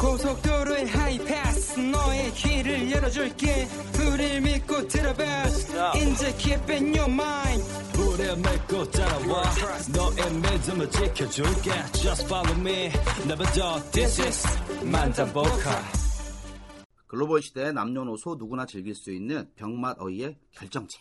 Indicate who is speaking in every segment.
Speaker 1: 고속도로의 하이패스 너의 길을 열어줄게 우릴 믿고 들어봐 이제 keep in your mind
Speaker 2: 불에 맺고 따라와 너의 믿음을 지켜줄게 Just follow me Never do This is 만담보카
Speaker 3: 글로벌 시대에 남녀노소 누구나 즐길 수 있는 병맛어이의 결정체.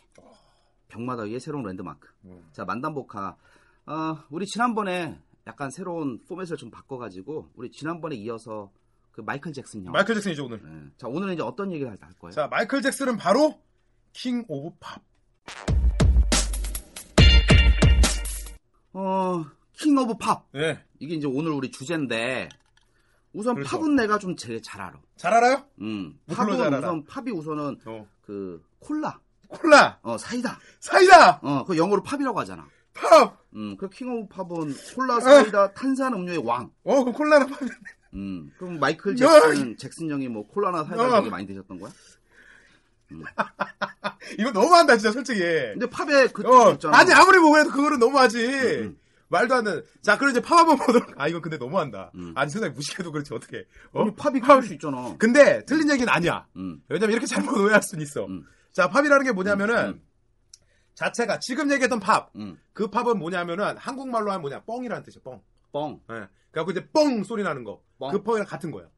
Speaker 3: 병맛어이의 새로운 랜드마크.
Speaker 4: 음.
Speaker 3: 자, 만담보카. 어, 우리 지난번에 약간 새로운 포맷을 좀 바꿔가지고, 우리 지난번에 이어서 그 마이클 잭슨 형.
Speaker 4: 마이클 잭슨이죠 오늘.
Speaker 3: 예. 자, 오늘은 이제 어떤 얘기를 할, 할 거예요?
Speaker 4: 자 마이클 잭슨은 바로 킹 오브 팝.
Speaker 3: 어, 킹 오브 팝.
Speaker 4: 예.
Speaker 3: 이게 이제 오늘 우리 주제인데, 우선
Speaker 4: 그렇죠.
Speaker 3: 팝은 내가 좀 제일 잘 알아.
Speaker 4: 잘 알아요?
Speaker 3: 음,
Speaker 4: 물론
Speaker 3: 팝은
Speaker 4: 잘 알아.
Speaker 3: 우선 팝이 우선은
Speaker 4: 어.
Speaker 3: 그 콜라,
Speaker 4: 콜라,
Speaker 3: 어 사이다,
Speaker 4: 사이다,
Speaker 3: 어 그 영어로 팝이라고 하잖아.
Speaker 4: 팝.
Speaker 3: 음, 그 킹 오브 팝은
Speaker 4: 아.
Speaker 3: 콜라 사이다 탄산 음료의 왕.
Speaker 4: 어 그럼 콜라는 팝.
Speaker 3: 음, 그럼 마이클
Speaker 4: 야,
Speaker 3: 잭슨 잭슨 형이 뭐 콜라나 사이다
Speaker 4: 야.
Speaker 3: 되게 많이 드셨던 거야?
Speaker 4: 이거 너무한다 진짜 솔직히.
Speaker 3: 근데 팝에 그
Speaker 4: 어.
Speaker 3: 뜻이 있잖아.
Speaker 4: 아니 아무리 먹어도 그거는 너무하지.
Speaker 3: 음.
Speaker 4: 말도 안 되는. 자 그럼 이제 팝 한번 보도록. 아 이건 근데 너무한다.
Speaker 3: 음.
Speaker 4: 아니 세상에 무식해도 그렇지 어떻게. 어?
Speaker 3: 우리 팝이 그럴 수 있잖아.
Speaker 4: 근데 틀린 얘기는 아니야.
Speaker 3: 음,
Speaker 4: 왜냐면 이렇게 잘못 오해할 수는 있어.
Speaker 3: 음.
Speaker 4: 자 팝이라는 게 뭐냐면은
Speaker 3: 음, 음.
Speaker 4: 자체가 지금 얘기했던 팝.
Speaker 3: 음,
Speaker 4: 그 팝은 뭐냐면은 한국말로 하면 뭐냐 뻥이라는 뜻이야 뻥.
Speaker 3: 뻥.
Speaker 4: 예. 그래갖고 이제 뻥 소리 나는 거.
Speaker 3: 뻥.
Speaker 4: 그 뻥이랑 같은 거예요.
Speaker 3: 어.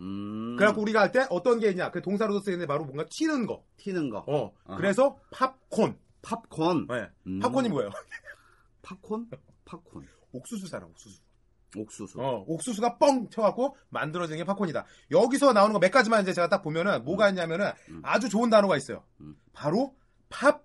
Speaker 3: 음,
Speaker 4: 그래갖고 우리가 할 때 어떤 게 있냐. 그 동사로도 쓰이는데 바로 뭔가 튀는 거.
Speaker 3: 튀는 거.
Speaker 4: 어.
Speaker 3: 아하.
Speaker 4: 그래서 팝콘.
Speaker 3: 팝콘.
Speaker 4: 예.
Speaker 3: 음.
Speaker 4: 팝콘이 뭐예요?
Speaker 3: 팝콘? 팝콘.
Speaker 4: 옥수수잖아, 옥수수.
Speaker 3: 옥수수.
Speaker 4: 어, 옥수수가 뻥 튀어갖고 만들어진 게 팝콘이다. 여기서 나오는 거 몇 가지만 이제 제가 딱 보면은 뭐가 있냐면은
Speaker 3: 음.
Speaker 4: 아주 좋은 단어가 있어요.
Speaker 3: 음.
Speaker 4: 바로 팝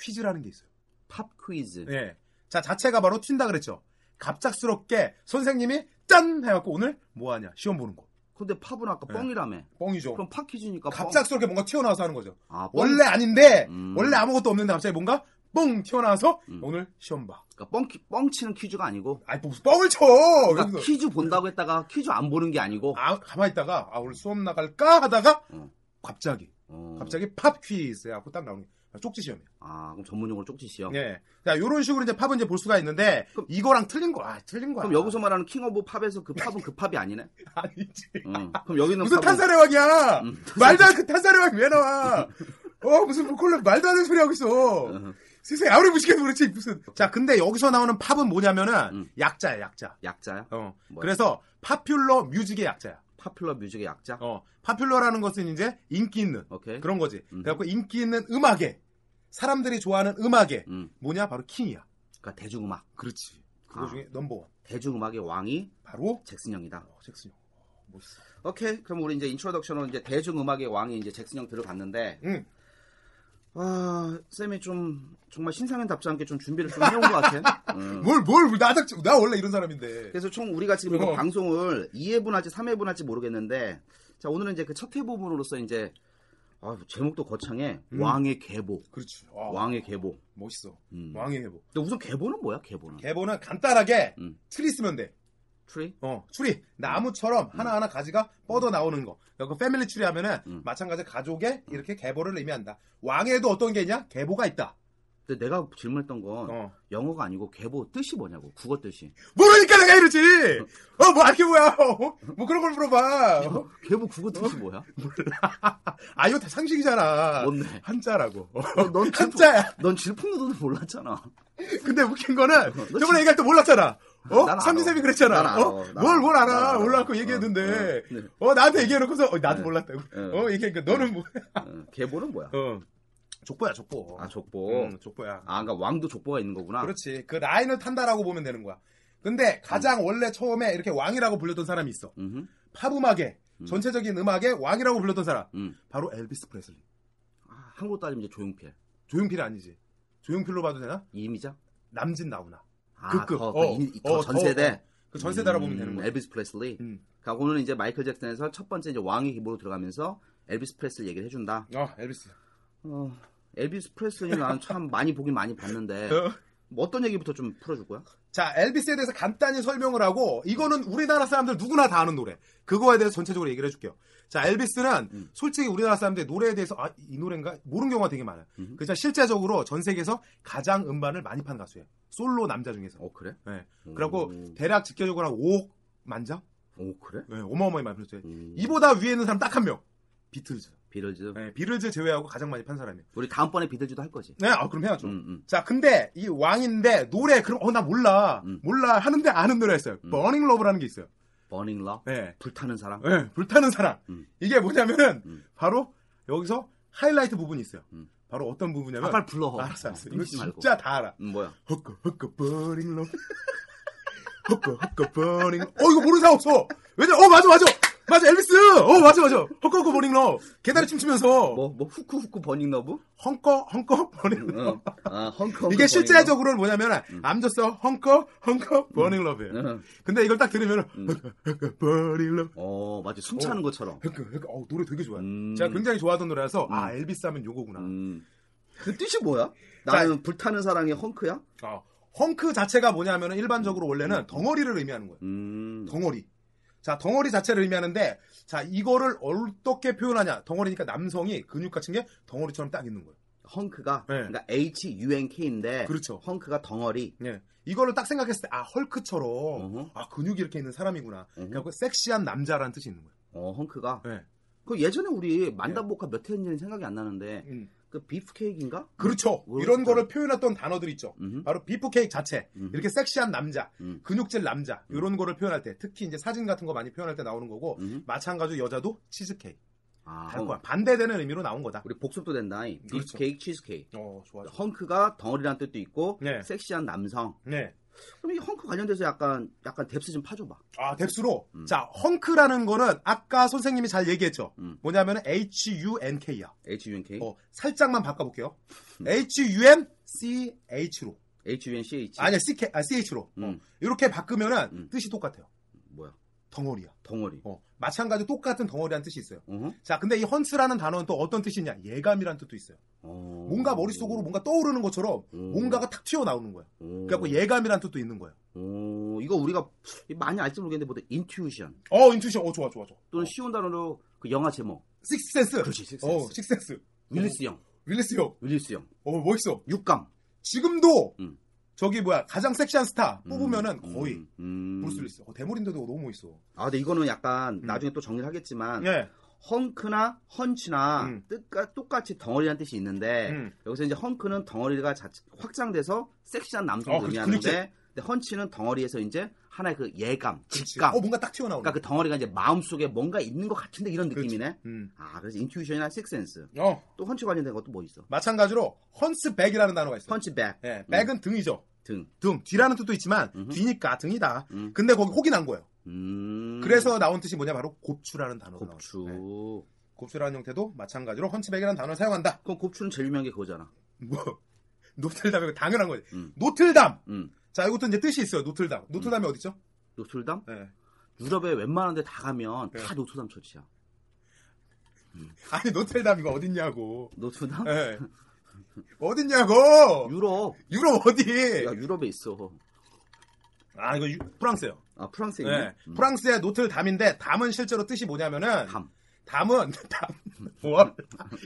Speaker 4: 퀴즈라는 게 있어요.
Speaker 3: 팝 퀴즈.
Speaker 4: 예. 자, 자체가 바로 튄다 그랬죠. 갑작스럽게 선생님이 짠! 해갖고 오늘 뭐하냐. 시험 보는 거.
Speaker 3: 근데 팝은 아까
Speaker 4: 네.
Speaker 3: 뻥이라며.
Speaker 4: 뻥이죠.
Speaker 3: 그럼 팝 퀴즈니까 뻥.
Speaker 4: 갑작스럽게 뭔가 튀어나와서 하는 거죠.
Speaker 3: 아, 뻥.
Speaker 4: 원래 아닌데
Speaker 3: 음.
Speaker 4: 원래 아무것도 없는데 갑자기 뭔가 뻥 튀어나와서
Speaker 3: 음.
Speaker 4: 오늘 시험 봐.
Speaker 3: 그러니까 뻥, 퀴- 뻥 치는 퀴즈가 아니고.
Speaker 4: 아이 뭐 무슨 뻥을 쳐.
Speaker 3: 그러니까
Speaker 4: 어, 그래서
Speaker 3: 퀴즈 본다고 했다가 퀴즈 안 보는 게 아니고.
Speaker 4: 아 가만히 있다가 아 오늘 수업 나갈까 하다가
Speaker 3: 음.
Speaker 4: 갑자기
Speaker 3: 어.
Speaker 4: 갑자기 팝 퀴즈 하고 딱 나오는 게 쪽지 시험이에요.
Speaker 3: 아, 그럼 전문 용어로 쪽지시요.
Speaker 4: 예. 자 요런 식으로 이제 팝은 이제 볼 수가 있는데
Speaker 3: 그럼-
Speaker 4: 이거랑 틀린 거야. 아, 틀린 거야.
Speaker 3: 그럼 여기서 말하는 킹 오브 팝에서 그 팝은 그 팝이 아니네.
Speaker 4: 아니지.
Speaker 3: 응. 그럼 여기는
Speaker 4: 무슨
Speaker 3: 팝은-
Speaker 4: 탄산의 왕이야.
Speaker 3: 음, 탄산-
Speaker 4: 말도 안그 탄산의 왕이 왜 나와? 어 무슨 콜라 말도 안 되는 소리 하고 있어.
Speaker 3: 응.
Speaker 4: 세상에 아무리 무식해도 그렇지 무슨. 자 근데 여기서 나오는 팝은 뭐냐면은
Speaker 3: 음.
Speaker 4: 약자야 약자.
Speaker 3: 약자야?
Speaker 4: 어.
Speaker 3: 뭐야?
Speaker 4: 그래서 파퓰러 뮤직의 약자야.
Speaker 3: 파퓰러 뮤직의 약자?
Speaker 4: 어. 파퓰러라는 것은 이제 인기 있는
Speaker 3: 오케이.
Speaker 4: 그런 거지.
Speaker 3: 음.
Speaker 4: 그래갖고 인기 있는 음악에 사람들이 좋아하는 음악에
Speaker 3: 음.
Speaker 4: 뭐냐 바로 킹이야.
Speaker 3: 그러니까 대중음악.
Speaker 4: 그렇지. 그거
Speaker 3: 아.
Speaker 4: 중에 넘버원
Speaker 3: 대중음악의 왕이
Speaker 4: 바로
Speaker 3: 잭슨 형이다.
Speaker 4: 어, 잭슨. 형. 어, 멋있어.
Speaker 3: 오케이. 그럼 우리 이제 인트로덕션으로 이제 대중음악의 왕이 이제 잭슨 형 들어봤는데
Speaker 4: 응.
Speaker 3: 아, 쌤이 좀 정말 신상인 답지 않게 좀 준비를 좀 해온 것 같아. 음.
Speaker 4: 뭘뭘 나닥 나 원래 이런 사람인데.
Speaker 3: 그래서 총 우리가 지금 이거
Speaker 4: 어.
Speaker 3: 방송을 2회분 할지 3회분 할지 모르겠는데 자, 오늘은 이제 그 첫 회 부분으로서 이제 아, 제목도 거창해.
Speaker 4: 음.
Speaker 3: 왕의 계보.
Speaker 4: 그렇지. 아,
Speaker 3: 왕의 계보.
Speaker 4: 멋있어. 뭐.
Speaker 3: 음.
Speaker 4: 왕의 해보.
Speaker 3: 근데 우선 계보는 뭐야? 계보는.
Speaker 4: 개보는 간단하게
Speaker 3: 어. 음.
Speaker 4: 트리 쓰면 돼.
Speaker 3: 트리?
Speaker 4: 어, 추리. 나무처럼 하나하나 가지가 뻗어 나오는 거. 그 패밀리 추리 하면은
Speaker 3: 음.
Speaker 4: 마찬가지 가족의 이렇게 계보를 의미한다. 왕에도 어떤 게 있냐? 계보가 있다.
Speaker 3: 근데 내가 질문했던 건
Speaker 4: 어.
Speaker 3: 영어가 아니고 계보 뜻이 뭐냐고 국어 뜻이
Speaker 4: 모르니까 내가 이러지. 어, 뭐 알게 뭐야. 어, 뭐 그런 걸 물어봐. 어?
Speaker 3: 계보 국어 뜻이 뭐야?
Speaker 4: 몰라. 아, 이거 다 상식이잖아.
Speaker 3: 뭔데?
Speaker 4: 한자라고. 어,
Speaker 3: 넌, 넌
Speaker 4: 한자야.
Speaker 3: 넌 질풍노도도 몰랐잖아.
Speaker 4: 어? 근데 웃긴 거는
Speaker 3: 너
Speaker 4: 저번에 얘기할 때 몰랐잖아.
Speaker 3: 어, 난
Speaker 4: 어?
Speaker 3: 알아.
Speaker 4: 삼진쌤이 그랬잖아.
Speaker 3: 난 알아.
Speaker 4: 어?
Speaker 3: 난
Speaker 4: 뭘, 뭘
Speaker 3: 난
Speaker 4: 알아.
Speaker 3: 알아.
Speaker 4: 올라왔고
Speaker 3: 어,
Speaker 4: 얘기해놓고서,
Speaker 3: 네.
Speaker 4: 어, 나한테 얘기해놓고서, 어, 나도
Speaker 3: 네.
Speaker 4: 몰랐다고.
Speaker 3: 네.
Speaker 4: 어, 얘기하니까 너는 뭐.
Speaker 3: 어, 계보는 뭐야?
Speaker 4: 어. 족보야, 족보.
Speaker 3: 아 족보.
Speaker 4: 응, 족보야.
Speaker 3: 아 그러니까 왕도 족보가 있는
Speaker 4: 음.
Speaker 3: 거구나.
Speaker 4: 그렇지. 그 라인을 탄다라고 보면 되는 거야. 근데 가장 원래 처음에 이렇게 왕이라고 불렸던 사람이 있어.
Speaker 3: 음흠.
Speaker 4: 팝 음악에,
Speaker 3: 음.
Speaker 4: 전체적인 음악에 왕이라고 불렸던 사람.
Speaker 3: 음.
Speaker 4: 바로 엘비스 프레슬리.
Speaker 3: 아, 한국으로 따지면 이제 조용필.
Speaker 4: 조용필이 아니지. 조용필로 봐도 되나?
Speaker 3: 이미자?
Speaker 4: 남진 나오나.
Speaker 3: 아,
Speaker 4: 그, 그,
Speaker 3: 더,
Speaker 4: 어, 어, 더,
Speaker 3: 전세대.
Speaker 4: 그 전세대라 보면 되는 거야.
Speaker 3: 음. 엘비스 프레슬리.
Speaker 4: 음.
Speaker 3: 그러니까 오늘 이제 마이클 잭슨에서 첫 번째 이제 왕의 기보로 들어가면서 엘비스 프레슬리 얘기를 해준다.
Speaker 4: 어, 엘비스.
Speaker 3: 어, 엘비스 프레슬리 나는 참 많이 보긴 많이 봤는데
Speaker 4: 어.
Speaker 3: 뭐 어떤 얘기부터 좀 풀어줄 거야?
Speaker 4: 자, 엘비스에 대해서 간단히 설명을 하고 이거는 우리나라 사람들 누구나 다 아는 노래. 그거에 대해서 전체적으로 얘기를 해줄게요. 자, 엘비스는
Speaker 3: 음.
Speaker 4: 솔직히 우리나라 사람들 이 노래에 대해서 아, 이 노래인가 모르는 경우가 되게 많아요.
Speaker 3: 음흠.
Speaker 4: 그렇지만 실제적으로 전 세계에서 가장 음반을 많이 판 가수예요. 솔로 남자 중에서.
Speaker 3: 어 그래?
Speaker 4: 네.
Speaker 3: 오.
Speaker 4: 그래갖고 대략 직계적으로 한 5억 만장?
Speaker 3: 오 그래?
Speaker 4: 네, 어마어마히 많이 풀렸어요.
Speaker 3: 음,
Speaker 4: 이보다 위에 있는 사람 딱 한 명. 비틀즈.
Speaker 3: 비틀즈.
Speaker 4: 네, 비틀즈 제외하고 가장 많이 판 사람이에요.
Speaker 3: 우리 다음번에 비틀즈도 할 거지.
Speaker 4: 네, 아, 그럼 해야죠.
Speaker 3: 음, 음.
Speaker 4: 자, 근데 이 왕인데 노래 그럼 어 나 몰라
Speaker 3: 음.
Speaker 4: 몰라 하는데 아는 노래가 있어요.
Speaker 3: 음.
Speaker 4: 버닝 러브라는 게 있어요.
Speaker 3: 버닝 러
Speaker 4: 네.
Speaker 3: 불타는 사랑.
Speaker 4: 네, 불타는 사랑.
Speaker 3: 음.
Speaker 4: 이게 뭐냐면은
Speaker 3: 음.
Speaker 4: 바로 여기서 하이라이트 부분이 있어요.
Speaker 3: 음.
Speaker 4: 바로 어떤 부분이냐면
Speaker 3: 아까 불러.
Speaker 4: 알았어 알았어.
Speaker 3: 어,
Speaker 4: 이거
Speaker 3: 끊기지 말고.
Speaker 4: 진짜 다 알아.
Speaker 3: 음, 뭐야?
Speaker 4: 헛거 헛거 버닝 러브. 헛거 헛거 버닝. 러브. 어 이거 모르는 사람 없어. 왜냐? 어 맞아 맞아. 맞아 엘비스. 어 맞아 맞아. 헛거 헛거 버닝 러브. 계단에 춤추면서
Speaker 3: 뭐 뭐 후쿠 후쿠 버닝 러브?
Speaker 4: 헝거 헝거 버닝 러브.
Speaker 3: 어. 아, 헝컹.
Speaker 4: 이게 실제적으로는 뭐냐면 암조서 헝커 헝커 버닝 러브예요.
Speaker 3: 응.
Speaker 4: 근데 이걸 딱 들으면
Speaker 3: 음.
Speaker 4: 버닝 러브
Speaker 3: 어, 맞지. 숨 차는 것처럼.
Speaker 4: 흑, 흑, 어, 노래 되게 좋아요.
Speaker 3: 음.
Speaker 4: 제가 굉장히 좋아하던 노래라서 아
Speaker 3: 음.
Speaker 4: 엘비스 하면 요거구나.
Speaker 3: 음. 그 뜻이 뭐야?
Speaker 4: 자,
Speaker 3: 나는 불타는 사랑의 헝크야?
Speaker 4: 어, 헝크 자체가 뭐냐면 일반적으로 원래는 덩어리를 의미하는 거예요.
Speaker 3: 음.
Speaker 4: 덩어리. 자 덩어리 자체를 의미하는데 자 이거를 어떻게 표현하냐? 덩어리니까 남성이 근육 같은 게 덩어리처럼 딱 있는 거예요.
Speaker 3: 헝크가
Speaker 4: 네.
Speaker 3: 그러니까 H U N K인데
Speaker 4: 그렇죠.
Speaker 3: 헝크가 덩어리.
Speaker 4: 예. 이거를 딱 생각했을 때 아 헐크처럼
Speaker 3: 어허.
Speaker 4: 아 근육이 이렇게 있는 사람이구나.
Speaker 3: 어허.
Speaker 4: 그러니까 그래서 섹시한 남자라는 뜻이 있는 거예요.
Speaker 3: 어, 헝크가.
Speaker 4: 네.
Speaker 3: 그 예전에 우리 만담복화 몇 회인지 는 생각이 안 나는데
Speaker 4: 음.
Speaker 3: 그 비프 케이크인가?
Speaker 4: 그렇죠.
Speaker 3: 뭐,
Speaker 4: 이런
Speaker 3: 그렇죠.
Speaker 4: 거를 표현했던 단어들 있죠.
Speaker 3: 음.
Speaker 4: 바로 비프 케이크 자체.
Speaker 3: 음.
Speaker 4: 아, 이렇게 섹시한 남자,
Speaker 3: 음.
Speaker 4: 근육질 남자, 이런 거를 표현할 때, 특히 이제 사진 같은 거 많이 표현할 때 나오는 거고,
Speaker 3: 음.
Speaker 4: 마찬가지로 여자도 치즈케이크.
Speaker 3: 아,
Speaker 4: 다른
Speaker 3: 헝-
Speaker 4: 거야. 반대되는 의미로 나온 거다.
Speaker 3: 우리 복습도 된다잉. 비프
Speaker 4: 그렇죠.
Speaker 3: 케이크, 치즈 케이크.
Speaker 4: 어, 좋아. 좋아.
Speaker 3: 헝크가 덩어리라는 뜻도 있고
Speaker 4: 네.
Speaker 3: 섹시한 남성.
Speaker 4: 네.
Speaker 3: 그럼 이 헝크 관련돼서 약간 약간 뎁스 좀 파줘 봐.
Speaker 4: 아, 뎁스로.
Speaker 3: 음.
Speaker 4: 자, 헝크라는 거는 아까 선생님이 잘 얘기했죠.
Speaker 3: 음. 네?
Speaker 4: 뭐냐면 H-U-N-K야.
Speaker 3: H U N K.
Speaker 4: 어, 살짝만 바꿔볼게요.
Speaker 3: 음.
Speaker 4: H-U-N-C-H-로.
Speaker 3: H U N C H.
Speaker 4: 아니야, C-K, 아, CH로.
Speaker 3: 음.
Speaker 4: 이렇게 바꾸면은
Speaker 3: 음.
Speaker 4: 뜻이 똑같아요.
Speaker 3: 뭐야?
Speaker 4: 덩어리야.
Speaker 3: 덩어리.
Speaker 4: 어, 마찬가지로 똑같은 덩어리란 뜻이 있어요.
Speaker 3: 어허.
Speaker 4: 자, 근데 이 헌스라는 단어는 또 어떤 뜻이냐? 예감이란 뜻도 있어요.
Speaker 3: 어.
Speaker 4: 뭔가 머릿속으로 뭔가 떠오르는 것처럼
Speaker 3: 음.
Speaker 4: 뭔가가 탁 튀어나오는 거예요.
Speaker 3: 오.
Speaker 4: 그래갖고 예감이란 뜻도 있는 거예요.
Speaker 3: 오, 어. 이거 우리가 많이 알지 모르겠는데 보다 인튜이션
Speaker 4: 어, 인투션. 어, 좋아, 좋아, 좋아.
Speaker 3: 또는 쉬운 단어로 그 영화 제목.
Speaker 4: 식스센스.
Speaker 3: 그렇지, 식스센스.
Speaker 4: 어, 식스센스.
Speaker 3: 윌리스 형.
Speaker 4: 윌리스 형.
Speaker 3: 윌리스 형.
Speaker 4: 어, 멋있어.
Speaker 3: 육감.
Speaker 4: 지금도
Speaker 3: 음.
Speaker 4: 저기 뭐야, 가장 섹시한 스타
Speaker 3: 음,
Speaker 4: 뽑으면은 거의
Speaker 3: 음, 음.
Speaker 4: 브루스 윌리스. 어, 대머리인데도 너무 멋있어.
Speaker 3: 아, 근데 이거는 약간
Speaker 4: 음.
Speaker 3: 나중에 또 정리를 하겠지만
Speaker 4: 예.
Speaker 3: 헝크나 헌치나
Speaker 4: 음.
Speaker 3: 뜻과 똑같이 덩어리라는 뜻이 있는데
Speaker 4: 음.
Speaker 3: 여기서 이제 헝크는 덩어리가 자체- 확장돼서 섹시한 남성을
Speaker 4: 어, 그렇지,
Speaker 3: 의미하는데
Speaker 4: 근육질.
Speaker 3: 근데 헌치는 덩어리에서 이제 하나의 그 예감,
Speaker 4: 그렇지.
Speaker 3: 직감.
Speaker 4: 어, 뭔가 딱 튀어나오는
Speaker 3: 그러니까 그 덩어리가 이제 마음속에 뭔가 있는 것 같은데 이런
Speaker 4: 그렇지.
Speaker 3: 느낌이네.
Speaker 4: 거야. 음.
Speaker 3: 아, 그래서 인튜이션이나 식센스.
Speaker 4: 어,
Speaker 3: 또 헌치 관련된 것도 뭐 있어?
Speaker 4: 마찬가지로 헌스백이라는 단어가 있어요.
Speaker 3: 펀치백
Speaker 4: 예, 백은 등이죠.
Speaker 3: 등.
Speaker 4: 등, 뒤라는 뜻도 있지만
Speaker 3: 음. 음흠.
Speaker 4: 뒤니까 등이다.
Speaker 3: 음.
Speaker 4: 근데 거기 혹이 난 거예요.
Speaker 3: 음.
Speaker 4: 그래서 나온 뜻이 뭐냐 바로 곱추라는 단어가
Speaker 3: 곱추.
Speaker 4: 나와요. 네. 곱추라는 형태도 마찬가지로 헌치백이라는 단어를 사용한다.
Speaker 3: 그럼 곱추는 제일 유명한 게 그거잖아.
Speaker 4: 뭐 노틀담이 당연한 거지.
Speaker 3: 음.
Speaker 4: 노틀담.
Speaker 3: 음.
Speaker 4: 자 이것도 이제 뜻이 있어요. 노틀담. 노틀담이 어디 있죠?
Speaker 3: 노틀담?
Speaker 4: 네.
Speaker 3: 유럽에 웬만한 데 다 가면
Speaker 4: 네.
Speaker 3: 다 노틀담 처치야.
Speaker 4: 아니 노틀담이가 어딨냐고.
Speaker 3: 노틀담?
Speaker 4: 예. 어딨냐고.
Speaker 3: 유럽.
Speaker 4: 유럽 어디?
Speaker 3: 야, 유럽에 있어.
Speaker 4: 아 이거 유- 프랑스요.
Speaker 3: 아, 프랑스에 있네.
Speaker 4: 예. 프랑스의 노틀담인데 담은 실제로 뜻이 뭐냐면은
Speaker 3: 담. 음.
Speaker 4: 담은 담 뭐야?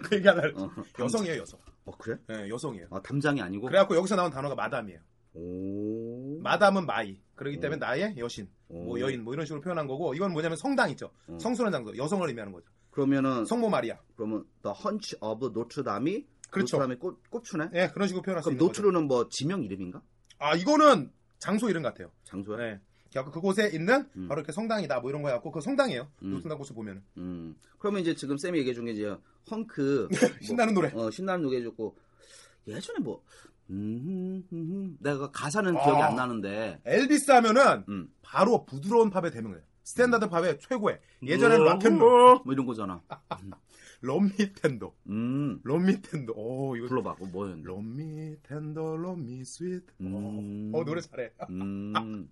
Speaker 4: 그 얘기 하나
Speaker 3: 어,
Speaker 4: 여성이에요 여성.
Speaker 3: 어 그래?
Speaker 4: 예, 여성이에요.
Speaker 3: 아 담장이 아니고.
Speaker 4: 그래갖고 여기서 나온 단어가 마담이에요.
Speaker 3: 오.
Speaker 4: 마담은 마이. 그러기
Speaker 3: 음.
Speaker 4: 때문에 나의 여신,
Speaker 3: 오.
Speaker 4: 뭐 여인, 뭐 이런 식으로 표현한 거고, 이건 뭐냐면 성당 있죠.
Speaker 3: 음.
Speaker 4: 성스러운 장소, 여성을 의미하는 거죠.
Speaker 3: 그러면은
Speaker 4: 성모 마리아.
Speaker 3: 그러면 The Hunch of Notre-Dame이
Speaker 4: 그렇죠.
Speaker 3: 노트담의 꽃 꼽추네.
Speaker 4: 예, 그런 식으로 표현할 수
Speaker 3: 그럼
Speaker 4: 있는 거죠.
Speaker 3: 노트로는 뭐 지명 이름인가?
Speaker 4: 아, 이거는 장소 이름 같아요.
Speaker 3: 장소야?
Speaker 4: 예. 그래갖고 그곳에 있는
Speaker 3: 음.
Speaker 4: 바로 이렇게 성당이다, 뭐 이런 거 해갖고 그 성당이에요.
Speaker 3: 음.
Speaker 4: 노트나 곳을 보면
Speaker 3: 음. 그러면 이제 지금 쌤이 얘기해 준 게 이제 헝크 뭐
Speaker 4: 신나는 노래.
Speaker 3: 어, 신나는 노래 해줬고 예전에 뭐 음, 음, 음, 내가 가사는
Speaker 4: 아.
Speaker 3: 기억이 안 나는데
Speaker 4: 엘비스 하면은
Speaker 3: 음.
Speaker 4: 바로 부드러운 팝의 대명이에요. 스탠다드 팝의 최고의 예전에
Speaker 3: 음,
Speaker 4: 락앤롤,
Speaker 3: 뭐 이런 거잖아.
Speaker 4: 럼미텐더,
Speaker 3: 음
Speaker 4: 럼미텐더. 오 이거
Speaker 3: 불러봐. 그거 뭐였는데?
Speaker 4: 럼미텐더, 럼미스윗.
Speaker 3: 음.
Speaker 4: 어 노래 잘해.
Speaker 3: 음.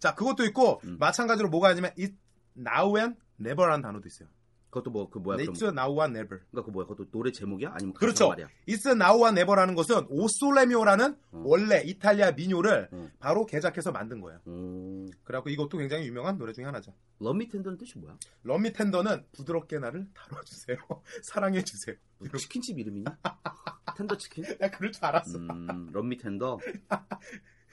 Speaker 4: 자 그것도 있고
Speaker 3: 음.
Speaker 4: 마찬가지로 뭐가 있냐면 it now and never라는 단어도 있어요.
Speaker 3: 그것도 뭐 그 뭐야? 그럼
Speaker 4: 네, it's now and never.
Speaker 3: 그러니까 그 뭐야? 그것도 노래 제목이야? 아니면 가사
Speaker 4: 그렇죠.
Speaker 3: 말이야?
Speaker 4: it's now and never라는 것은 오솔레미오라는
Speaker 3: 음.
Speaker 4: 원래 이탈리아 민요를
Speaker 3: 음.
Speaker 4: 바로 개작해서 만든 거예요.
Speaker 3: 음.
Speaker 4: 그래갖고 이것도 굉장히 유명한 노래 중에 하나죠.
Speaker 3: 럼미 텐더는 뜻이 뭐야?
Speaker 4: 럼미 텐더는 부드럽게 나를 다뤄주세요. 사랑해주세요.
Speaker 3: 뭐 치킨집 이름이냐? 텐더 치킨?
Speaker 4: 야, 그럴 줄 알았어.
Speaker 3: 음, 럼미 텐더.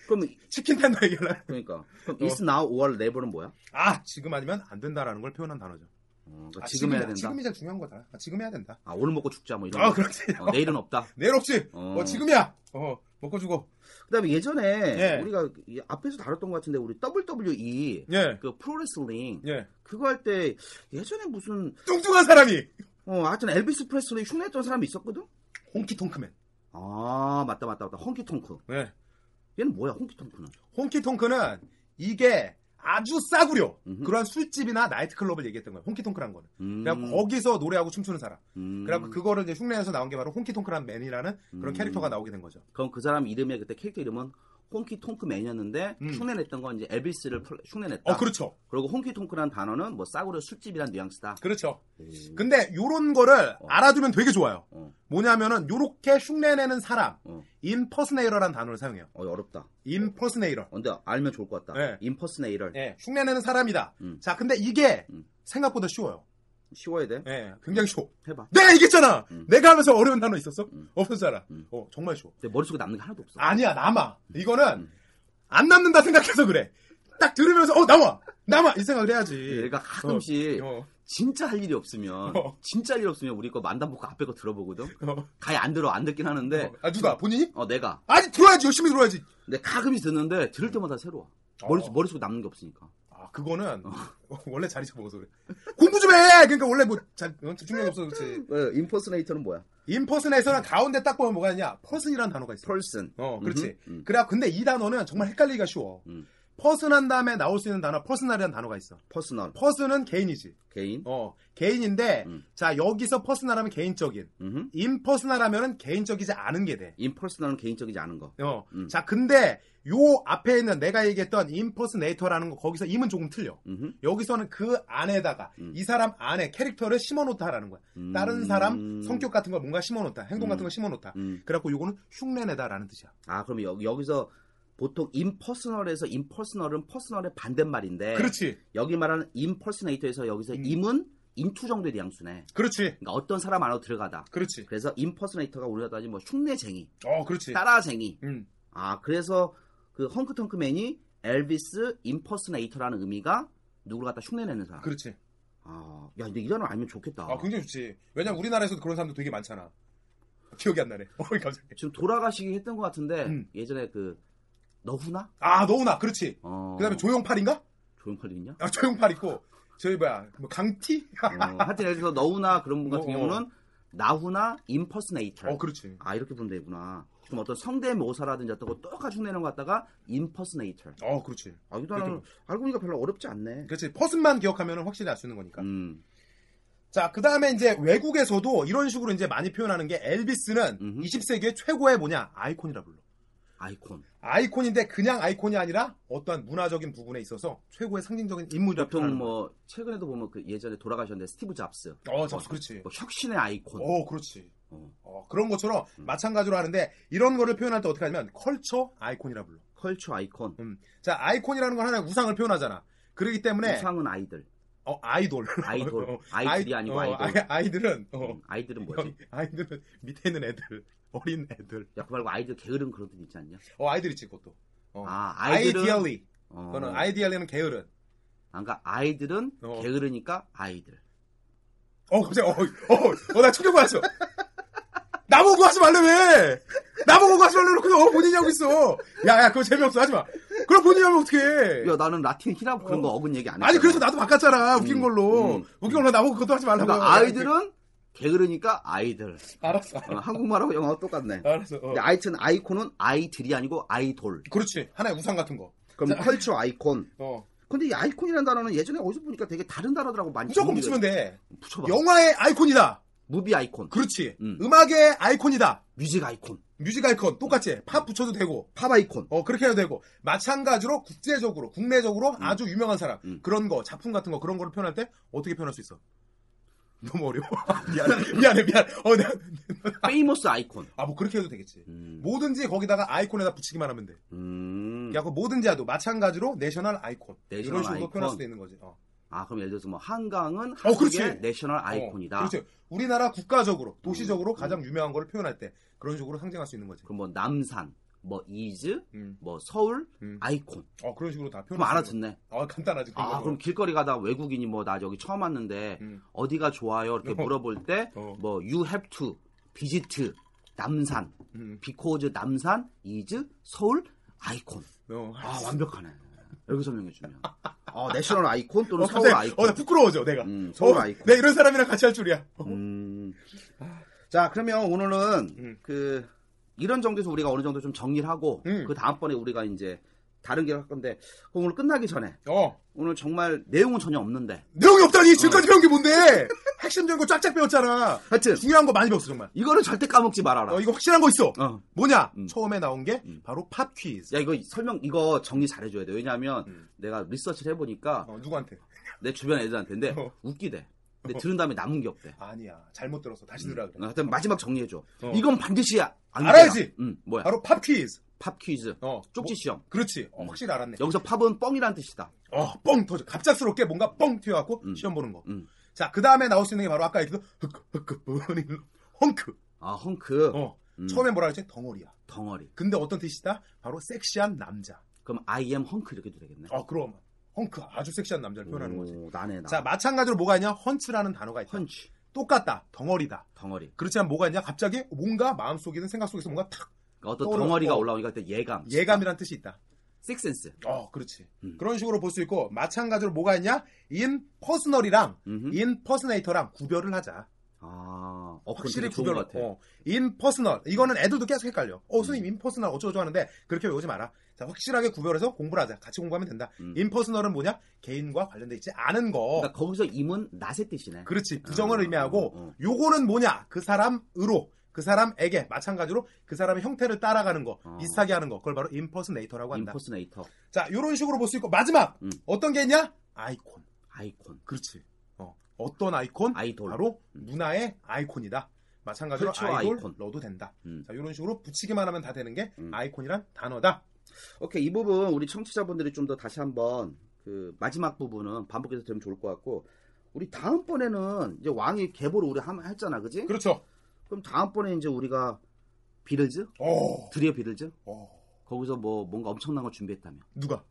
Speaker 3: 그럼 이-
Speaker 4: 치킨 텐더 얘기하려.
Speaker 3: 그러니까 그럼
Speaker 4: 어.
Speaker 3: is now or never는 뭐야?
Speaker 4: 아, 지금 아니면 안 된다라는 걸 표현한 단어죠.
Speaker 3: 어, 그러니까
Speaker 4: 아,
Speaker 3: 지금
Speaker 4: 지금이야.
Speaker 3: 해야 된다.
Speaker 4: 지금이 제일 중요한 거다. 아, 지금 해야 된다.
Speaker 3: 아 오늘 먹고 죽자 뭐 이런.
Speaker 4: 아,
Speaker 3: 거.
Speaker 4: 그렇지.
Speaker 3: 어, 내일은 없다.
Speaker 4: 내일 없지.
Speaker 3: 어.
Speaker 4: 어, 지금이야. 어, 먹고 주고.
Speaker 3: 그다음에 예전에
Speaker 4: 예.
Speaker 3: 우리가 이 앞에서 다뤘던 것 같은데 우리 WWE
Speaker 4: 예.
Speaker 3: 그 프로레슬링
Speaker 4: 예.
Speaker 3: 그거 할 때 예전에 무슨
Speaker 4: 뚱뚱한 사람이
Speaker 3: 어 하여튼 엘비스 프레슬리 흉내했던 사람이 있었거든.
Speaker 4: 홍키통크맨.
Speaker 3: 아 맞다 맞다 맞다 honky-tonk
Speaker 4: 예.
Speaker 3: 얘는 뭐야 honky-tonk는?
Speaker 4: 홍키통크는 이게 아주 싸구려.
Speaker 3: 음흠.
Speaker 4: 그러한 술집이나 나이트클럽을 얘기했던 거예요. 홍키통크란 거는.
Speaker 3: 음,
Speaker 4: 그래갖고 거기서 노래하고 춤추는 사람.
Speaker 3: 음.
Speaker 4: 그래갖고 그거를 이제 흉내에서 나온 게 바로 홍키통크란 맨이라는 그런
Speaker 3: 음.
Speaker 4: 캐릭터가 나오게 된 거죠.
Speaker 3: 그럼 그 사람 이름에 그때 캐릭터 이름은 홍키통크맨이었는데
Speaker 4: 음.
Speaker 3: 흉내냈던 건 이제 엘비스를 플- 흉내냈다.
Speaker 4: 어, 그렇죠.
Speaker 3: 리고 홍키통크란 단어는 뭐 싸구려 술집이란 뉘앙스다.
Speaker 4: 그렇죠.
Speaker 3: 오.
Speaker 4: 근데 요런 거를
Speaker 3: 어.
Speaker 4: 알아두면 되게 좋아요.
Speaker 3: 어.
Speaker 4: 뭐냐면은 요렇게 흉내내는 사람,
Speaker 3: 어.
Speaker 4: 인퍼스네이러라는 단어를 사용해요.
Speaker 3: 어 어렵다.
Speaker 4: 인퍼스네이러.
Speaker 3: 어, 근데 알면 좋을 것 같다.
Speaker 4: 예.
Speaker 3: 임퍼스네이럴
Speaker 4: 예, 흉내내는 사람이다.
Speaker 3: 음.
Speaker 4: 자, 근데 이게
Speaker 3: 음.
Speaker 4: 생각보다 쉬워요.
Speaker 3: 쉬워야 돼.
Speaker 4: 예, 굉장히 쉬워.
Speaker 3: 해봐.
Speaker 4: 내가 얘기했잖아.
Speaker 3: 음.
Speaker 4: 내가 하면서 어려운 단어 있었어?
Speaker 3: 음.
Speaker 4: 없었잖아.
Speaker 3: 음.
Speaker 4: 어, 정말 쉬워.
Speaker 3: 내 머릿속에 남는 게 하나도 없어.
Speaker 4: 아니야, 남아. 이거는
Speaker 3: 음.
Speaker 4: 안 남는다 생각해서 그래. 딱 들으면서 어, 남아. 남아. 이 생각을 해야지.
Speaker 3: 내가 가끔씩
Speaker 4: 예. 어,
Speaker 3: 진짜 할 일이 없으면
Speaker 4: 어.
Speaker 3: 진짜 할 일 없으면 우리 거 만담복 앞에 거 들어보거든.
Speaker 4: 어.
Speaker 3: 가히 안 들어 안 듣긴 하는데
Speaker 4: 아, 누가 본인이?
Speaker 3: 어 내가
Speaker 4: 아니, 들어야지. 열심히 들어야지.
Speaker 3: 근데 가끔씩 듣는데 들을 때마다 새로워. 어. 머릿속, 머릿속에 남는 게 없으니까.
Speaker 4: 아, 그거는
Speaker 3: 어.
Speaker 4: 원래 자리 잡아서 그래. 공부 좀 해. 그러니까 원래 뭐 자, 어, 집중력이 없어 그렇지.
Speaker 3: 임퍼스네이터는 뭐야?
Speaker 4: 인퍼슨에서는 가운데 딱 보면 뭐가 있냐? 퍼슨이라는 단어가 있어.
Speaker 3: 펄슨.
Speaker 4: 어, 그렇지.
Speaker 3: 음.
Speaker 4: 그래 근데 이 단어는 정말 헷갈리기가 쉬워.
Speaker 3: 음.
Speaker 4: 퍼슨한 다음에 나올 수 있는 단어 퍼스널이라는 단어가 있어.
Speaker 3: 퍼스널.
Speaker 4: 퍼슨은 개인이지.
Speaker 3: 개인.
Speaker 4: 어, 개인인데
Speaker 3: 음.
Speaker 4: 자, 여기서 퍼스널하면 개인적인.
Speaker 3: 음.
Speaker 4: 인퍼슨하라면은 개인적이지 않은 게 돼.
Speaker 3: 임퍼스널은 개인적이지 않은 거.
Speaker 4: 어.
Speaker 3: 음.
Speaker 4: 자, 근데 요 앞에 있는 내가 얘기했던 인퍼스네이터라는 거 거기서 임은 조금 틀려.
Speaker 3: 음.
Speaker 4: 여기서는 그 안에다가
Speaker 3: 음.
Speaker 4: 이 사람 안에 캐릭터를 심어놓다라는 거야. 다른 사람 성격 같은 걸 뭔가 심어놓다, 행동
Speaker 3: 음.
Speaker 4: 같은 걸 심어놓다.
Speaker 3: 음.
Speaker 4: 그래갖고 요거는 흉내내다라는 뜻이야.
Speaker 3: 아 그럼 여, 여기서 보통 임퍼스널에서 임퍼스널은 퍼스널의 반대말인데
Speaker 4: 그렇지,
Speaker 3: 여기 말하는 임퍼스네이터에서 여기서
Speaker 4: 음.
Speaker 3: 임은 인투 정도의 뉘앙스네.
Speaker 4: 그렇지,
Speaker 3: 그러니까 어떤 사람 안으로 들어가다.
Speaker 4: 그렇지.
Speaker 3: 그래서 임퍼스네이터가 우리가 따지면 뭐 흉내쟁이,
Speaker 4: 어, 그렇지.
Speaker 3: 따라쟁이.
Speaker 4: 음,
Speaker 3: 아 그래서 그 헝크텅크맨이 엘비스 임퍼스네이터라는 의미가 누구를 갖다 흉내내는 사람.
Speaker 4: 그렇지.
Speaker 3: 아, 야 근데 이 단어 알면 좋겠다.
Speaker 4: 아, 굉장히 좋지. 왜냐면 우리나라에서도 그런 사람도 되게 많잖아. 기억이 안 나네. 어이, 갑자기.
Speaker 3: 지금 돌아가시기 했던 것 같은데
Speaker 4: 음.
Speaker 3: 예전에 그 너후나?
Speaker 4: 아, 너우나, 그렇지.
Speaker 3: 어,
Speaker 4: 그 다음에 조용팔인가?
Speaker 3: 조용팔 있냐?
Speaker 4: 아, 조용팔 있고. 저희 뭐야, 뭐 강티?
Speaker 3: 어, 하여튼 예를 들어서 너우나 그런 분 같은
Speaker 4: 어, 어.
Speaker 3: 경우는 나후나 임퍼스네이터.
Speaker 4: 어, 그렇지.
Speaker 3: 아 이렇게 보면 되구나. 그럼 어떤 성대모사라든지 어떤 거 똑같이 흉내는 것 같다가 임퍼스네이터.
Speaker 4: 어, 그렇지.
Speaker 3: 아 이거 나는 알고 보니까 별로 어렵지 않네.
Speaker 4: 그렇지. 퍼슨만 기억하면 확실히 알 수 있는 거니까.
Speaker 3: 음,
Speaker 4: 자, 그 다음에 이제 외국에서도 이런 식으로 이제 많이 표현하는 게 엘비스는
Speaker 3: 음흠.
Speaker 4: 20세기의 최고의 뭐냐, 아이콘이라 불러.
Speaker 3: 아이콘.
Speaker 4: 아이콘인데 그냥 아이콘이 아니라 어떠한 문화적인 부분에 있어서 최고의 상징적인 인물이라
Speaker 3: 보통
Speaker 4: 표현하는 거.
Speaker 3: 뭐 최근에도 보면 그 예전에 돌아가셨는데 스티브 잡스.
Speaker 4: 어, 잡수, 그렇지.
Speaker 3: 뭐 혁신의 아이콘.
Speaker 4: 어, 그렇지.
Speaker 3: 어.
Speaker 4: 어, 그런 것처럼
Speaker 3: 음.
Speaker 4: 마찬가지로 하는데 이런 거를 표현할 때 어떻게 하냐면 컬처 아이콘이라 불러.
Speaker 3: 컬처 아이콘.
Speaker 4: 자, 아이콘이라는 건 하나의 우상을 표현하잖아. 그렇기 때문에
Speaker 3: 우상은 아이들.
Speaker 4: 어, 아이돌.
Speaker 3: 아이돌.
Speaker 4: 네. 어,
Speaker 3: 아이들이 아니고
Speaker 4: 어,
Speaker 3: 음, 아이돌.
Speaker 4: 아이, 들은 어,
Speaker 3: 음, 아이들은 뭐지?
Speaker 4: 아이들은 밑에 있는 애들. 어린 애들.
Speaker 3: 야, 그 말고 아이들 게으른 그런 뜻 있지 않냐?
Speaker 4: 어 아이들이지 그것도. 어.
Speaker 3: 아, 아이들은.
Speaker 4: 아이디얼리.
Speaker 3: 어,
Speaker 4: 그거는 아이디얼리는 게으른.
Speaker 3: 아, 그러니까 아이들은
Speaker 4: 어.
Speaker 3: 게으르니까 아이들.
Speaker 4: 어 갑자기 어어나 충격 받았어. 나보고 하지 말래 왜? 나보고 하지 말래 놓고 어 본인이 하고 있어. 야야 그거 재미없어 하지 마. 그럼 본인이 하면 어떡해?
Speaker 3: 야, 나는 라틴 히랍 그런 거 어근 얘기 안 해.
Speaker 4: 네. 아니 그래서 나도 바꿨잖아 웃긴
Speaker 3: 음,
Speaker 4: 걸로
Speaker 3: 음.
Speaker 4: 웃긴 걸로 나보고 그것도 하지 말라고
Speaker 3: 그러니까 아이들은 게으르니까 아이들.
Speaker 4: 알았어
Speaker 3: 어, 한국말하고 영어가 똑같네.
Speaker 4: 알았어 어.
Speaker 3: 근데 하여튼 아이콘은 아이들이 아니고 아이돌.
Speaker 4: 그렇지 하나의 우상 같은 거
Speaker 3: 그럼 컬처 아이콘.
Speaker 4: 어.
Speaker 3: 근데 이 아이콘이라는 단어는 예전에 어디서 보니까 되게 다른 단어더라고 많이.
Speaker 4: 무조건
Speaker 3: 정리가
Speaker 4: 붙이면 돼
Speaker 3: 돼서. 붙여봐.
Speaker 4: 영화의 아이콘이다
Speaker 3: 무비 아이콘,
Speaker 4: 그렇지
Speaker 3: 음.
Speaker 4: 음. 악의 아이콘이다
Speaker 3: 뮤직 아이콘,
Speaker 4: 뮤직 아이콘 똑같이 팝 붙여도 되고
Speaker 3: 팝 아이콘.
Speaker 4: 어 그렇게 해도 되고 마찬가지로 국제적으로 국내적으로 아주 유명한 사람
Speaker 3: 음.
Speaker 4: 그런 거 작품 같은 거 그런 거를 표현할 때 어떻게 표현할 수 있어 너무 어려워 미안해 미안해 미안
Speaker 3: 페이머스 아이콘.
Speaker 4: 어아뭐 그렇게 해도 되겠지
Speaker 3: 음.
Speaker 4: 뭐든지 거기다가 아이콘에다 붙이기만 하면 돼
Speaker 3: 음.
Speaker 4: 야, 그 뭐든지 하도 마찬가지로 내셔널 아이콘
Speaker 3: 내셔널
Speaker 4: 이런 식으로
Speaker 3: 아이콘.
Speaker 4: 표현할 수도 있는 거지. 어,
Speaker 3: 아 그럼 예를 들어서 뭐 한강은
Speaker 4: 그렇지.
Speaker 3: 한국의 내셔널 아이콘이다.
Speaker 4: 어, 그렇죠. 우리나라 국가적으로 도시적으로
Speaker 3: 음,
Speaker 4: 가장 유명한 걸 표현할 때 그런 식으로 상징할 수 있는 거지.
Speaker 3: 그럼 뭐 남산, 뭐 이즈,
Speaker 4: 음,
Speaker 3: 뭐 서울
Speaker 4: 음.
Speaker 3: 아이콘.
Speaker 4: 어 그런 식으로 다 표현.
Speaker 3: 그럼 알아듣네.
Speaker 4: 어 간단하지. 그런
Speaker 3: 아
Speaker 4: 거는.
Speaker 3: 그럼 길거리 가다 외국인이 뭐 나 여기 처음 왔는데
Speaker 4: 음.
Speaker 3: 어디가 좋아요 이렇게
Speaker 4: 어.
Speaker 3: 물어볼 때
Speaker 4: 어.
Speaker 3: 뭐 you have to visit 남산,
Speaker 4: 음,
Speaker 3: because 남산 is 서울 아이콘.
Speaker 4: 어.
Speaker 3: 아 완벽하네. 여기 설명해 주면. 아 내셔널 아이콘 또는
Speaker 4: 어,
Speaker 3: 서울
Speaker 4: 갑자기,
Speaker 3: 아이콘.
Speaker 4: 어, 나 부끄러워져 내가.
Speaker 3: 음, 서울
Speaker 4: 어,
Speaker 3: 아이콘.
Speaker 4: 내가 이런 사람이랑 같이 할 줄이야. 어.
Speaker 3: 음. 자, 그러면 오늘은
Speaker 4: 아. 음.
Speaker 3: 그 이런 정도에서 우리가 어느 정도 좀 정리를 하고
Speaker 4: 음.
Speaker 3: 그 다음번에 우리가 이제 다른 게 할 건데 그럼 오늘 끝나기 전에
Speaker 4: 어.
Speaker 3: 오늘 정말 내용은 전혀 없는데
Speaker 4: 내용이 없다니 지금까지 배운 게 뭔데? 핵심적인 거 쫙쫙 배웠잖아.
Speaker 3: 하여튼
Speaker 4: 중요한 거 많이 배웠어 정말.
Speaker 3: 이거는 절대 까먹지 말아라.
Speaker 4: 어 이거 확실한 거 있어.
Speaker 3: 어.
Speaker 4: 뭐냐?
Speaker 3: 음.
Speaker 4: 처음에 나온 게
Speaker 3: 음.
Speaker 4: 바로 팝 퀴즈.
Speaker 3: 야 이거 설명 이거 정리 잘 해줘야 돼. 왜냐하면
Speaker 4: 음.
Speaker 3: 내가 리서치를 해보니까
Speaker 4: 어, 누구한테?
Speaker 3: 내 주변 애들한테인데
Speaker 4: 어.
Speaker 3: 웃기대. 근데 들은 다음에 남은 게 없대.
Speaker 4: 아니야. 잘못 들었어. 다시 들으라
Speaker 3: 어,
Speaker 4: 그래.
Speaker 3: 하여튼 마지막 정리해줘.
Speaker 4: 어.
Speaker 3: 이건 반드시 아- 안
Speaker 4: 알아야지.
Speaker 3: 돼요. 음, 뭐야?
Speaker 4: 바로 팝 퀴즈.
Speaker 3: 팝 퀴즈,
Speaker 4: 어.
Speaker 3: 쪽지
Speaker 4: 뭐,
Speaker 3: 시험.
Speaker 4: 그렇지. 어, 확실히 알았네.
Speaker 3: 여기서 팝은 뻥이란 뜻이다.
Speaker 4: 어, 뻥 터져. 갑작스럽게 뭔가 뻥 튀어갖고
Speaker 3: 음.
Speaker 4: 시험 보는 거.
Speaker 3: 음.
Speaker 4: 자, 그 다음에 나올 수 있는 게 바로 아까 얘기했던 흑, 흑, 버닝, 헝크.
Speaker 3: 아 헝크.
Speaker 4: 어.
Speaker 3: 음,
Speaker 4: 처음에 뭐라 그랬지? 덩어리야.
Speaker 3: 덩어리.
Speaker 4: 근데 어떤 뜻이다? 바로 섹시한 남자.
Speaker 3: 그럼 I am 헝크 이렇게도 되겠네.
Speaker 4: 어, 그럼. 헝크. 아주 섹시한 남자를 표현하는
Speaker 3: 오,
Speaker 4: 거지.
Speaker 3: 나네 나.
Speaker 4: 자, 마찬가지로 뭐가 있냐? 헌츠라는 단어가 있다.
Speaker 3: 펀치,
Speaker 4: 똑같다. 덩어리다.
Speaker 3: 덩어리.
Speaker 4: 그렇지만 뭐가 있냐? 갑자기 뭔가 마음속이든 생각 속에서 뭔가 탁
Speaker 3: 그러니까 어떤
Speaker 4: 떠오르고.
Speaker 3: 덩어리가 올라오니까 일단 예감. 그러니까
Speaker 4: 예감이란 뜻이 있다.
Speaker 3: 식센스.
Speaker 4: 어, 아, 그렇지.
Speaker 3: 음.
Speaker 4: 그런 식으로 볼 수 있고 마찬가지로 뭐가 있냐? 인 퍼스널이랑 인 퍼스네이터랑 구별을 하자.
Speaker 3: 아, 어,
Speaker 4: 확실히
Speaker 3: 확실히 좋은
Speaker 4: 구별을.
Speaker 3: 것 같아.
Speaker 4: 어, 인 퍼스널 이거는 애들도 계속 헷갈려. 어, 선생님 인 퍼스널 어쩌고저쩌고 하는데 그렇게 외우지 마라. 자, 확실하게 구별해서 공부를 하자. 같이 공부하면 된다.
Speaker 3: 음.
Speaker 4: 인 퍼스널은 뭐냐? 개인과 관련돼 있지 않은 거.
Speaker 3: 그러니까 거기서 임은 나의 뜻이네.
Speaker 4: 어. 그렇지. 부정을
Speaker 3: 어,
Speaker 4: 의미하고
Speaker 3: 어, 어.
Speaker 4: 요거는 뭐냐? 그 사람으로 그 사람에게 마찬가지로 그 사람의 형태를 따라가는 거
Speaker 3: 어.
Speaker 4: 비슷하게 하는 거 그걸 바로 인퍼스네이터라고 한다.
Speaker 3: 인포스네이터,
Speaker 4: 자, 요런 식으로 볼 수 있고 마지막
Speaker 3: 음.
Speaker 4: 어떤 게 있냐? 아이콘.
Speaker 3: 아이콘,
Speaker 4: 그렇지. 어. 어떤 아이콘?
Speaker 3: 아이돌.
Speaker 4: 바로 문화의 아이콘이다. 마찬가지로
Speaker 3: 그렇죠,
Speaker 4: 아이돌
Speaker 3: 아이콘.
Speaker 4: 넣어도 된다.
Speaker 3: 음.
Speaker 4: 자, 이런 식으로 붙이기만 하면 다 되는 게
Speaker 3: 음.
Speaker 4: 아이콘이란 단어다.
Speaker 3: 오케이 이 부분 우리 청취자분들이 좀 더 다시 한번 그 마지막 부분은 반복해서 들으면 좋을 것 같고 우리 다음번에는 이제 왕이 계보를 우리 한번 했잖아, 그지?
Speaker 4: 그렇죠.
Speaker 3: 그럼 다음번에 이제 우리가 비틀즈,
Speaker 4: 어.
Speaker 3: 드리어 비틀즈
Speaker 4: 어.
Speaker 3: 거기서 뭐 뭔가 엄청난 걸 준비했다며.
Speaker 4: 누가?